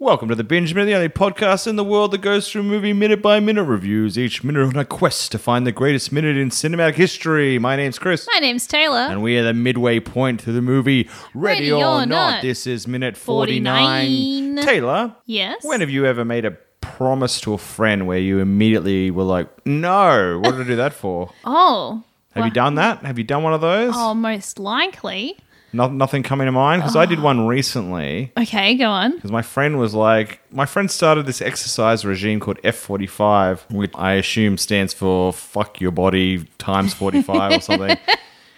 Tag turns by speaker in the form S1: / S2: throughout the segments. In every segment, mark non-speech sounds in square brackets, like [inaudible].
S1: Welcome to the Binge Minute, the only podcast in the world that goes through movie minute by minute reviews, each minute on a quest to find the greatest minute in cinematic history. My name's Chris.
S2: My name's Taylor.
S1: And we are the midway point through the movie Ready,
S2: Ready
S1: or,
S2: or
S1: not.
S2: Not.
S1: This is minute 49.
S2: 49.
S1: Taylor,
S2: yes.
S1: when have you ever made a promise to a friend where you immediately were like, no, what did I do that for?
S2: oh.
S1: Have
S2: well,
S1: you done that? Have you done one of those?
S2: Oh, most likely.
S1: No, nothing coming to mind? Because I did one recently.
S2: Okay, go on.
S1: Because my friend was like, my friend started this exercise regime called F45, which I assume stands for fuck your body times 45 or something.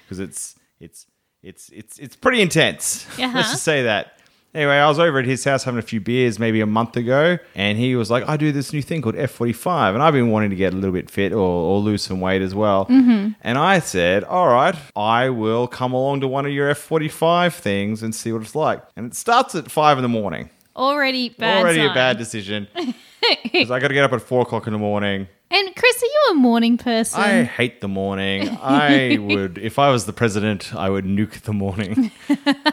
S1: Because it's, it's, it's, it's, it's pretty intense.
S2: Uh-huh.
S1: Let's just say that. Anyway, I was over at his house having a few beers maybe a month ago, and he was like, I do this new thing called F45, and I've been wanting to get a little bit fit or, or lose some weight as well. And I said, All right, I will come along to one of your F45 things and see what it's like. And it starts at five in the morning
S2: Already bad.
S1: already a
S2: sign. [laughs]
S1: bad decision because I got to get up at four o'clock in the morning.
S2: And Chris, are you a morning person?
S1: I hate the morning.
S2: [laughs]
S1: I would, if I was the president, I would nuke the morning.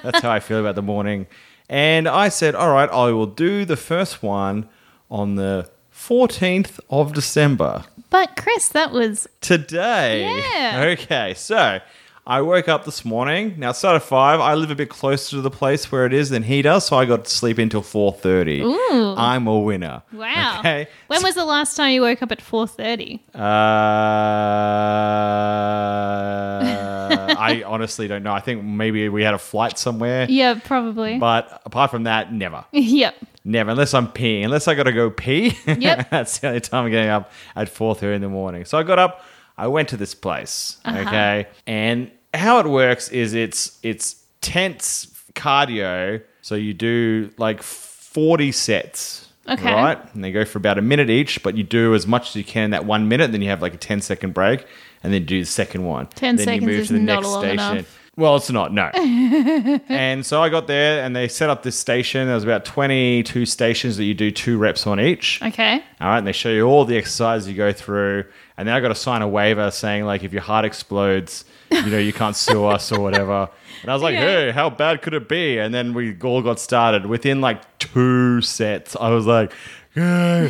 S1: That's how I feel about the morning. And I said, all right, I will do the first one on the 14th of December
S2: But Chris, that was
S1: today.
S2: Yeah.
S1: Okay, so I woke up this morning. Now, start at five. I live a bit closer to the place where it is than he does, so I got to sleep until four thirty.
S2: Ooh.
S1: I'm a winner.
S2: wow.
S1: Okay.
S2: When was the last time you woke up at four thirty?
S1: Uh, I honestly don't know. I think maybe we had a flight somewhere,
S2: Yeah, probably.
S1: but apart from that, never.
S2: [laughs] yep.
S1: Never, unless I'm peeing. Unless I got to go pee.
S2: Yep.
S1: [laughs] That's the only time I'm getting up at four thirty in the morning. So I got up. I went to this place.
S2: Uh-huh.
S1: Okay, and how it works is it's it's tense cardio. So you do like forty sets.
S2: Okay.
S1: Right, and they go for about a minute each, but you do as much as you can in that one minute. Then you have like a 10 second break, and then do the second one.
S2: 10
S1: then
S2: seconds is not long enough.
S1: Well, it's not.
S2: [laughs]
S1: No. And so I got there and they set up this station. There was about 22 stations that you do two reps on each.
S2: Okay.
S1: All right. And they show you all the exercises you go through. And then I got to sign a waiver saying, like, if your heart explodes, you know, you can't sue us or whatever. And I was like,
S2: Okay.
S1: hey, how bad could it be? And then we all got started. Within like two sets, I was like, yeah,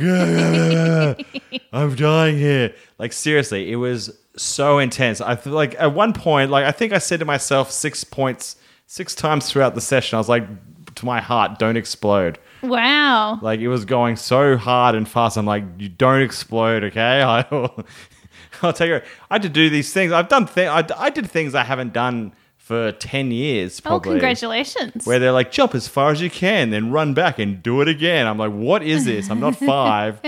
S1: yeah, yeah, yeah. I'm dying here. Like, seriously, it was so intense. I feel like at one point, like, I think I said to myself six points, six times throughout the session, I was like, to my heart, don't explode.
S2: Wow. Oh,
S1: Like it was going so hard and fast. I'm like, you don't explode, okay? [laughs] I will, I'll tell you. I had to do these things. I've done. Th- I, I did things I haven't done for ten years.
S2: Oh,
S1: Probably.
S2: congratulations.
S1: Where they're like, jump as far as you can, then run back and do it again. I'm like, what is this?
S2: [laughs]
S1: I'm not five.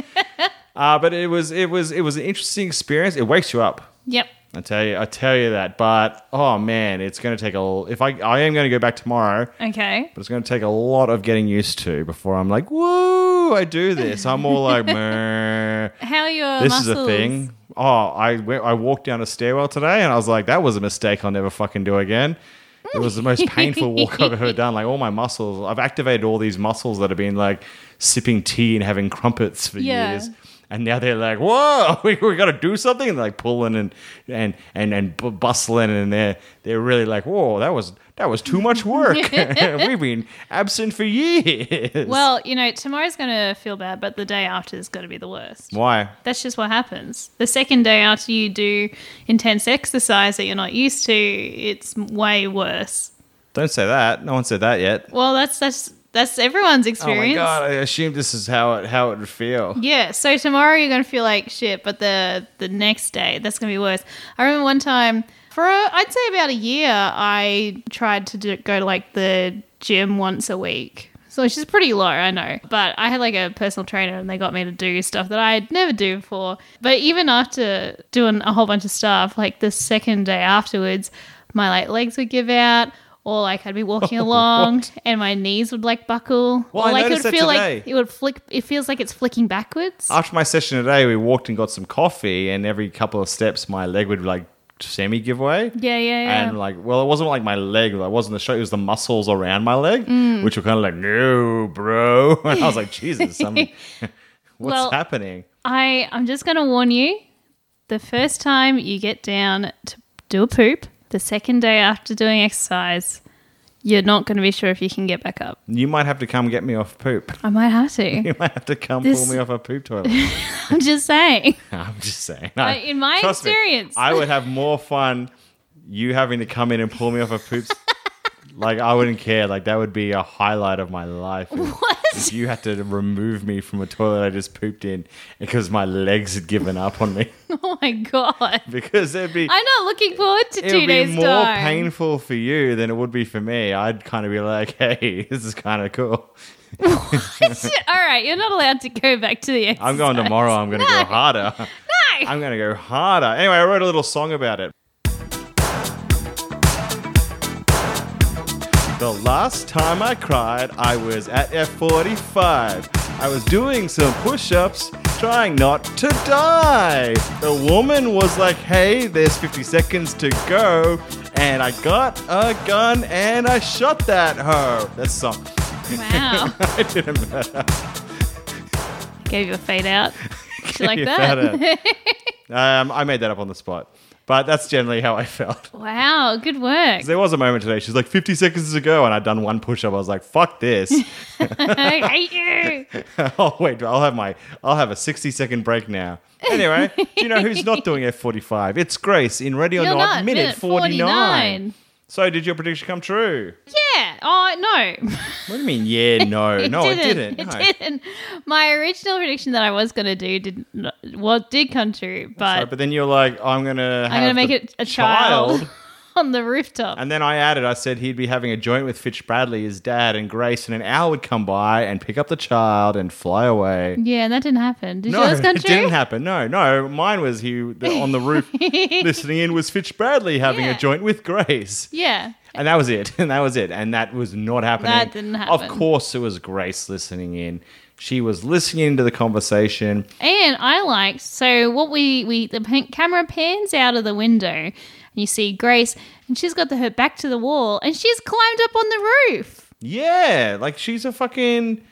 S1: uh, but it was it was it was an interesting experience. It wakes you up.
S2: yep.
S1: I tell you, I tell you that. But oh man, it's gonna take a. l- If I I am gonna go back tomorrow
S2: Okay.
S1: but it's going to take a lot of getting used to before I'm like, woo, I do this. I'm all like, meh,
S2: How are your
S1: this
S2: muscles?
S1: is a thing. Oh, I went, I walked down a stairwell today and I was like, that was a mistake I'll never fucking do again. It was the most painful walk
S2: [laughs]
S1: I've ever done. Like all my muscles, I've activated all these muscles that have been like sipping tea and having crumpets for
S2: Yeah.
S1: years. And now they're like, whoa, [laughs] we, we got to do something. And they're like pulling and, and, and, and bu- bustling. And they're, they're really like, whoa, that was, that was too
S2: [laughs]
S1: much work. [laughs] We've been absent for years.
S2: Well, you know, tomorrow's gonna feel bad, but the day after is gonna be the worst.
S1: Why?
S2: That's just what happens. The second day after you do intense exercise that you're not used to, it's way worse.
S1: Don't say that. No one said that yet.
S2: Well, that's that's that's everyone's experience.
S1: Oh my god! I assume this is how it how it would feel.
S2: [laughs] Yeah, so tomorrow you're gonna feel like shit, but the the next day that's gonna be worse. I remember one time for a, I'd say about a year, I tried to do, go to like the gym once a week, so which is pretty low, I know. But I had like a personal trainer, and they got me to do stuff that I'd never do before. But even after doing a whole bunch of stuff, like the second day afterwards, my like legs would give out. Or like I'd be
S1: [laughs]
S2: walking along and my knees would like buckle.
S1: Oh, Well,
S2: or
S1: I
S2: like
S1: noticed that
S2: feel
S1: today.
S2: like it would flick. It feels like it's flicking backwards.
S1: After my session today, we walked and got some coffee, and every couple of steps, my leg would like semi give way.
S2: yeah, yeah, yeah.
S1: And like, well, it wasn't like my leg. Like, wasn't the show. It was the muscles around my leg,
S2: Mm.
S1: which were kind of like, no, bro. [laughs] And I was like,
S2: [laughs]
S1: Jesus, I'm, [laughs] what's
S2: Well-
S1: happening?
S2: I I'm just gonna warn you. The first time you get down to do a poop, the second day after doing exercise, you're not going to be sure if you can get back up.
S1: You might have to come get me off poop. [laughs]
S2: I might have to.
S1: You might have to come
S2: This-
S1: pull me off a poop toilet.
S2: I'm just saying. [laughs]
S1: [laughs] I'm just saying.
S2: But
S1: I-
S2: in my
S1: trust me,
S2: experience-
S1: I would have more fun you having to come in and pull me off
S2: [laughs]
S1: a poop. like I wouldn't care. Like that would be a highlight of my life. is
S2: What?
S1: If you had to remove me from a toilet I just pooped in because my legs had given up on me. [laughs]
S2: Oh my god.
S1: because it'd be
S2: I'm not looking forward to
S1: it would
S2: two
S1: be
S2: days
S1: more
S2: time.
S1: painful for you than it would be for me. I'd kind of be like, [laughs] "Hey, this is kind of cool."
S2: [laughs] All right, you're not allowed to go back to the exercise.
S1: I'm going tomorrow. I'm going to
S2: [laughs]
S1: go harder.
S2: No.
S1: I'm going to go harder. Anyway, I wrote a little song about it. The last time I cried, I was at F45. I was doing some push ups, trying not to die. The woman was like, hey, there's 50 seconds to go. And I got a gun and I shot that hoe. That's the song.
S2: Wow.
S1: [laughs] I didn't matter.
S2: Gave you a fade
S1: [laughs]
S2: out. Did you like
S1: You
S2: that?
S1: found
S2: [laughs]
S1: it. um, I made that up on the spot, but that's generally how I felt.
S2: wow, good work.
S1: There was a moment today. She's like, 50 seconds to go, and I'd done one push up. I was like,
S2: [laughs]
S1: "Fuck this!" [laughs]
S2: I hate you.
S1: oh wait, I'll have my, I'll have a 60 second break now. Anyway, do you know who's not doing F45? It's Grace in Ready or
S2: You're
S1: Not,
S2: not,
S1: minute,
S2: minute
S1: 49.
S2: 49.
S1: So did your prediction come true?
S2: Yeah. Oh no. [laughs]
S1: What do you mean? Yeah, no, no, it didn't.
S2: It
S1: no.
S2: didn't. My original prediction that I was gonna do did not, well did come true,
S1: So,
S2: but
S1: but then you're like, I'm gonna,
S2: I'm gonna
S1: have
S2: make
S1: the
S2: it a child, [laughs] on the rooftop.
S1: And then I added, I said he'd be having a joint with Fitch Bradley, his dad, and Grace, and an owl would come by and pick up the child and fly away.
S2: yeah, and that didn't happen. Did
S1: No,
S2: yours come
S1: it
S2: true?
S1: didn't happen. No, no. Mine was he the- on
S2: [laughs]
S1: the roof listening in was Fitch Bradley having
S2: Yeah.
S1: a joint with Grace.
S2: Yeah.
S1: And that was it. [laughs] And that was it. And that was not happening.
S2: That didn't happen.
S1: Of course, it was Grace listening in. She was listening to the conversation.
S2: And I liked so what we we the pan- camera pans out of the window and you see Grace and she's got the, her back to the wall and she's climbed up on the roof.
S1: Yeah, like she's a fucking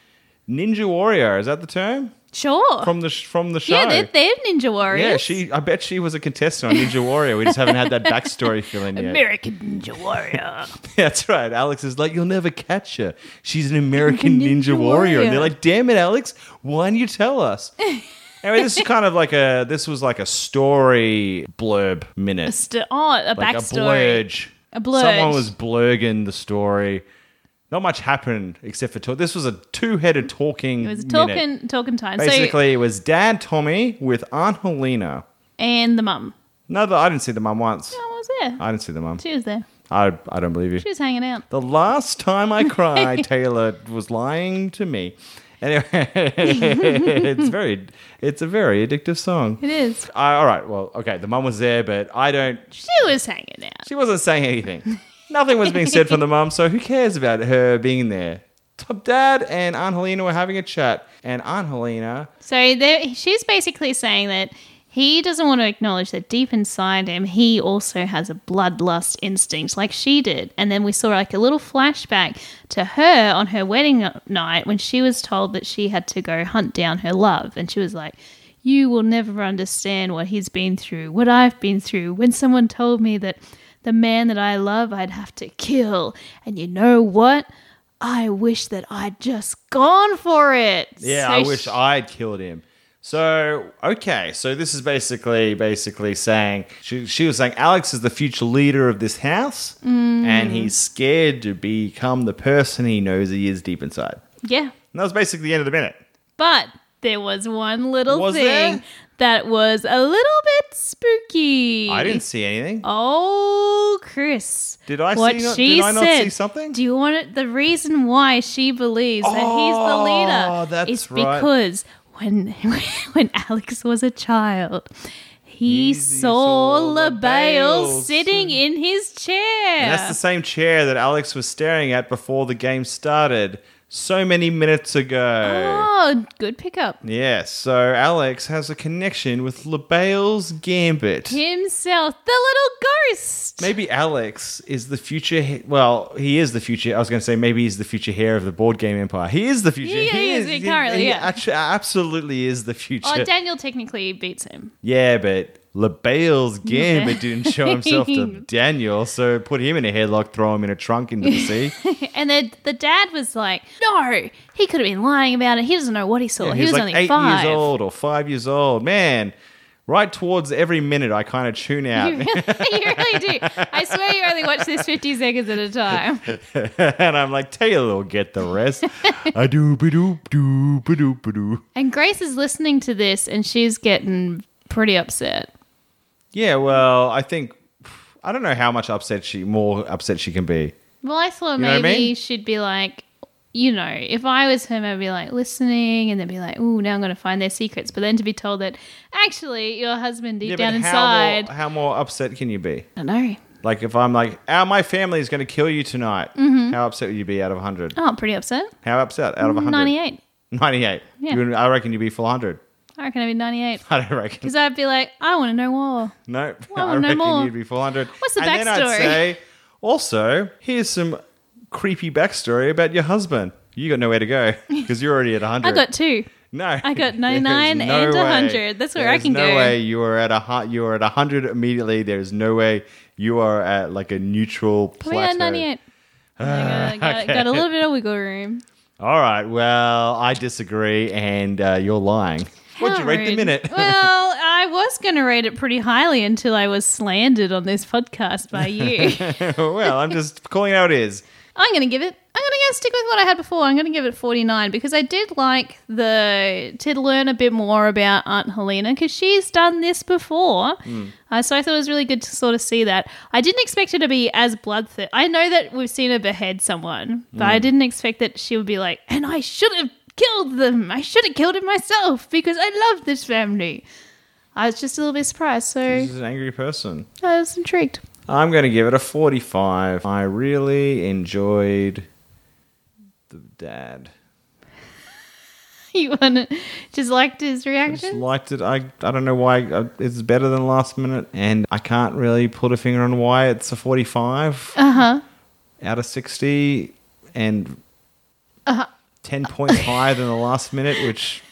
S1: ninja warrior. Is that the term
S2: Sure.
S1: from the sh- from the show?
S2: yeah, they're, they're ninja warriors.
S1: Yeah, she. I bet she was a contestant on Ninja Warrior. We just haven't had
S2: [laughs]
S1: that backstory filling yet.
S2: American Ninja Warrior.
S1: [laughs] That's right. Alex is like, you'll never catch her. She's an American
S2: [laughs]
S1: Ninja,
S2: Ninja
S1: warrior. and they're
S2: Warrior.
S1: like, damn it, Alex, why didn't you
S2: [laughs]
S1: tell us? anyway, this is kind of like a. This was like a story blurb minute,
S2: St- oh, a
S1: like
S2: backstory.
S1: a blurge.
S2: A blurge.
S1: Someone was blurging the story. Not much happened except for talk. This was a two-headed talking.
S2: It was
S1: minute.
S2: talking talking time. so
S1: Basically, it was Dad Tommy with Aunt Helena.
S2: and the mum.
S1: No, I didn't see them on once.
S2: I was there.
S1: I didn't see the mum.
S2: she was there.
S1: I, I don't believe you.
S2: She was hanging out.
S1: The last time I
S2: [laughs]
S1: cried, Taylor was lying to me. Anyway, [laughs] it's very it's a very addictive song.
S2: It is.
S1: I, all right, well, okay, the mum was there, but I don't.
S2: She was hanging out.
S1: She wasn't saying anything. Nothing was being said from the mum, so who cares about her being there? Top dad and Aunt Helena were having a chat, and Aunt Helena,
S2: So there, she's basically saying that he doesn't want to acknowledge that deep inside him, he also has a bloodlust instinct like she did. And then we saw like a little flashback to her on her wedding night when she was told that she had to go hunt down her love. And she was like, You will never understand what he's been through, what I've been through. When someone told me that the man that I love I'd have to kill. And you know what? I wish that I'd just gone for it.
S1: yeah,
S2: So
S1: I
S2: she-
S1: wish I'd killed him. So okay, so this is basically basically saying she she was saying Alex is the future leader of this house, and he's scared to become the person he knows he is deep inside.
S2: Yeah.
S1: And that was basically the end of the minute.
S2: But there was one little
S1: Was
S2: thing
S1: there?
S2: that was a little bit spooky.
S1: I didn't see anything.
S2: Oh, Chris.
S1: Did I
S2: what
S1: see not-
S2: she
S1: did I not
S2: said,
S1: see something?
S2: Do you want it? The reason why she believes that he's the
S1: Oh,
S2: leader
S1: that's
S2: is
S1: right.
S2: because when [laughs] when Alex was a child, he,
S1: He
S2: saw
S1: saw
S2: LaBelle
S1: LaBelle
S2: sitting in his
S1: And
S2: chair.
S1: that's the same chair that Alex was staring at before the game started so many minutes ago.
S2: oh, good pickup.
S1: Yes, so Alex has a connection with LaBelle's Gambit.
S2: Himself, the little ghost.
S1: Maybe Alex is the future. he- Well, he is the future. I was going to say maybe he's the future heir of the board game empire. He is the future.
S2: Yeah, he is, Oh, currently, yeah.
S1: actu- absolutely is the future.
S2: Oh, Daniel technically beats him.
S1: yeah, but
S2: [laughs]
S1: LaBelle's game, it didn't show himself to Daniel, so put him in a headlock, throw him in a trunk into
S2: [laughs]
S1: the sea.
S2: And the the dad was like, "No, he could have been lying about it. He doesn't know what he saw.
S1: Yeah,
S2: he was,
S1: like
S2: only
S1: eight
S2: five.
S1: years
S2: [laughs]
S1: old or five years old. Man, right towards every minute, I kind of tune
S2: [laughs]
S1: out [laughs]
S2: You really, you really do. I swear you only watch this 50 seconds at a time.
S1: and I'm like, Taylor will get
S2: [laughs]
S1: the rest. I do, ba do, do, ba do, ba do.
S2: And Grace is listening to this and she's getting pretty upset.
S1: Yeah, well, I think I don't know how much upset she, more upset she can be.
S2: Well, I thought
S1: know what I
S2: maybe
S1: mean?
S2: she'd be like, you know, if I was him, I'd be like listening and then be like, ooh, now I'm going to find their secrets. But then to be told that actually your husband deep
S1: Yeah,
S2: down
S1: but
S2: inside.
S1: How more, how more upset can you be?
S2: I know.
S1: Like if I'm like, "Ah, my family is going to kill you tonight,"
S2: Mm-hmm.
S1: how upset would you be out of 100?
S2: Oh, I'm pretty upset.
S1: How upset out of 100?
S2: 98.
S1: 98.
S2: Yeah.
S1: You would- I reckon you'd be full 100.
S2: I reckon I'd be 98.
S1: [laughs] I don't reckon.
S2: Because I'd be like, I want to know more.
S1: Nope.
S2: Well,
S1: [laughs] I
S2: no
S1: reckon
S2: more.
S1: you'd be 400.
S2: What's the
S1: and Then I'd
S2: backstory?
S1: say, also, here's some creepy backstory about your husband. You got nowhere
S2: [laughs]
S1: to go because you're already at 100.
S2: I got two.
S1: no.
S2: I got
S1: [laughs] There's
S2: 99 and
S1: way.
S2: 100. That's where I
S1: There's
S2: can
S1: no
S2: go.
S1: way you are at a hu- you are at 100 immediately. There's no way you are at like a neutral
S2: I mean,
S1: plateau.
S2: I had 98. Oh I got, got,
S1: [laughs]
S2: got a little bit of wiggle room.
S1: All right. Well, I disagree, and uh, you're lying. What'd you
S2: How
S1: rate the
S2: rude.
S1: minute?
S2: well, I was going to rate it pretty highly until I was slandered on this podcast by you.
S1: [laughs]
S2: [laughs]
S1: well, I'm just calling out it is.
S2: I'm going to give it. I'm going to stick with what I had before. I'm going to give it 49 because I did like the to learn a bit more about Aunt Helena because she's done this before.
S1: Hmm.
S2: Uh, so I thought it was really good to sort of see that. I didn't expect her to be as bloodthirsty. I know that we've seen her behead someone, but
S1: Hmm.
S2: I didn't expect that she would be like, and I should have killed them. I should have killed it myself because I love this family. I was just a little bit surprised, so
S1: She's an angry person.
S2: I was intrigued. [laughs]
S1: I'm going to give it a 45. I really enjoyed the dad.
S2: You want to just liked his
S1: Just
S2: reaction?
S1: liked it. I, I don't know why uh, it's better than last minute, and I can't really put a finger on why it's a 45
S2: Uh huh.
S1: out of 60 and
S2: Uh-huh.
S1: 10 points higher than the last minute, which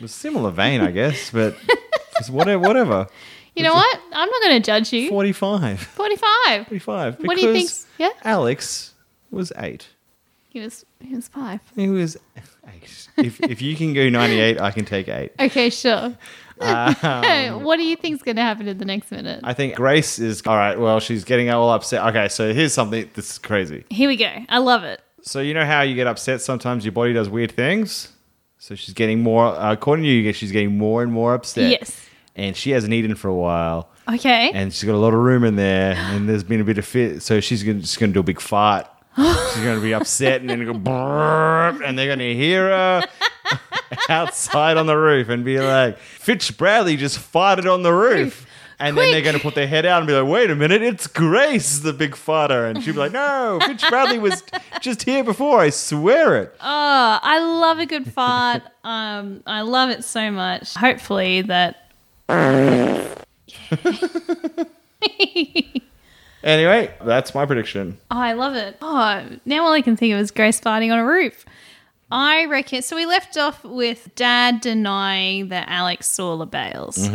S1: was similar vein, I guess,
S2: [laughs]
S1: but it's whatever. whatever.
S2: You know what? I'm not going to judge you.
S1: 45.
S2: 45.
S1: 45.
S2: What do you think?
S1: because
S2: Yeah.
S1: Alex was 8.
S2: He was, he was five.
S1: It was eight. if, if you can go 98, I can take
S2: [laughs]
S1: eight.
S2: Okay, sure. what do you think's going to happen in the next minute?
S1: Um, I think Grace is all right. Well, she's getting all upset. Okay, so here's something. This is crazy.
S2: Here we go. I love it.
S1: So you know how you get upset sometimes? Your body does weird things. So she's getting more. Uh, according to you, she's getting more and more upset.
S2: Yes.
S1: And she hasn't eaten for a while,
S2: Okay.
S1: and she's got a lot of room in there, and there's been a bit of fit. So she's gonna, just going to do a big fart. She's going to be upset, and then go, brrrr, and they're going to hear her [laughs] outside on the roof and be like, Fitch Bradley just farted on the roof. And then they're
S2: Quick.
S1: going to put their head out and be like, wait a minute, it's Grace, the big farter. And she'll be like, no, Fitch Bradley was just here before. I swear it.
S2: oh, I love a good fart. [laughs] um, I love it so much. Hopefully that.
S1: Anyway, that's my prediction.
S2: Oh, I love it. Oh, now all I can think of is Grace farting on a roof. I reckon. So we left off with Dad denying that Alex saw the bales.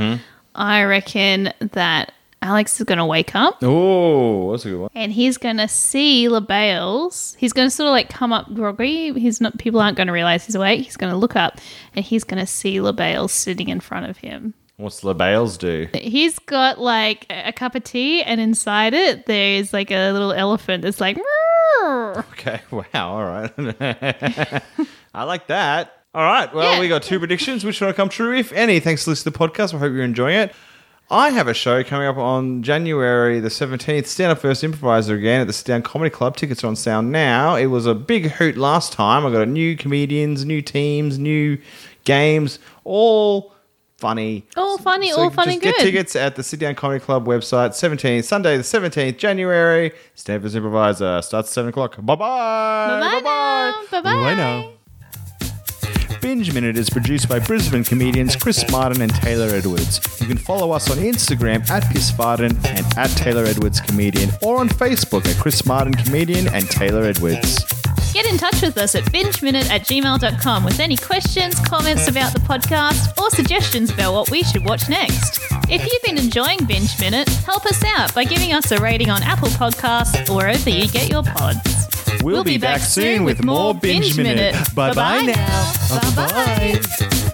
S2: I reckon that Alex is going to wake up.
S1: Oh, that's a good one.
S2: and he's gonna see LaBelle's. He's gonna sort of like come up groggy. He's not. People aren't gonna realize he's awake. He's gonna look up, and he's gonna see LaBelle sitting in front of him.
S1: What's LaBales do?
S2: He's got like a a cup of tea, and inside it there is like a little elephant that's like. "Meow."
S1: Okay, [laughs] wow, all right. I like that. All right, well,
S2: Yeah.
S1: we got two predictions. Which one will come true, if any? Thanks for listening to the podcast. I hope you're enjoying it. I have a show coming up on January the 17th, Stand Up First Improviser again at the Stand Comedy Club. Tickets are on sale now. It was a big hoot last time. I got new comedians, new teams, new games, all funny.
S2: All funny,
S1: So
S2: all fun
S1: just
S2: and
S1: get
S2: good.
S1: tickets at the Sit Down Comedy Club website, 17th, Sunday, the 17th, January. Stanford's Improviser starts at 7 o'clock. Bye bye.
S2: Bye-bye
S1: Bye
S2: now. Bye-bye.
S1: Oh, Binge Minute is produced by Brisbane comedians Chris Martin and Taylor Edwards. You can follow us on Instagram at Chris Martin and at Taylor Edwards Comedian or on Facebook at Chris Martin Comedian and Taylor Edwards.
S2: Get in touch with us at bingeminute at gmail.com with any questions, comments about the podcast, or suggestions about what we should watch next. If you've been enjoying Binge Minute, help us out by giving us a rating on Apple Podcasts or wherever you get your pods.
S1: We'll, be, back, soon with more Binge Minute. Bye bye now. Bye bye.
S2: Bye bye.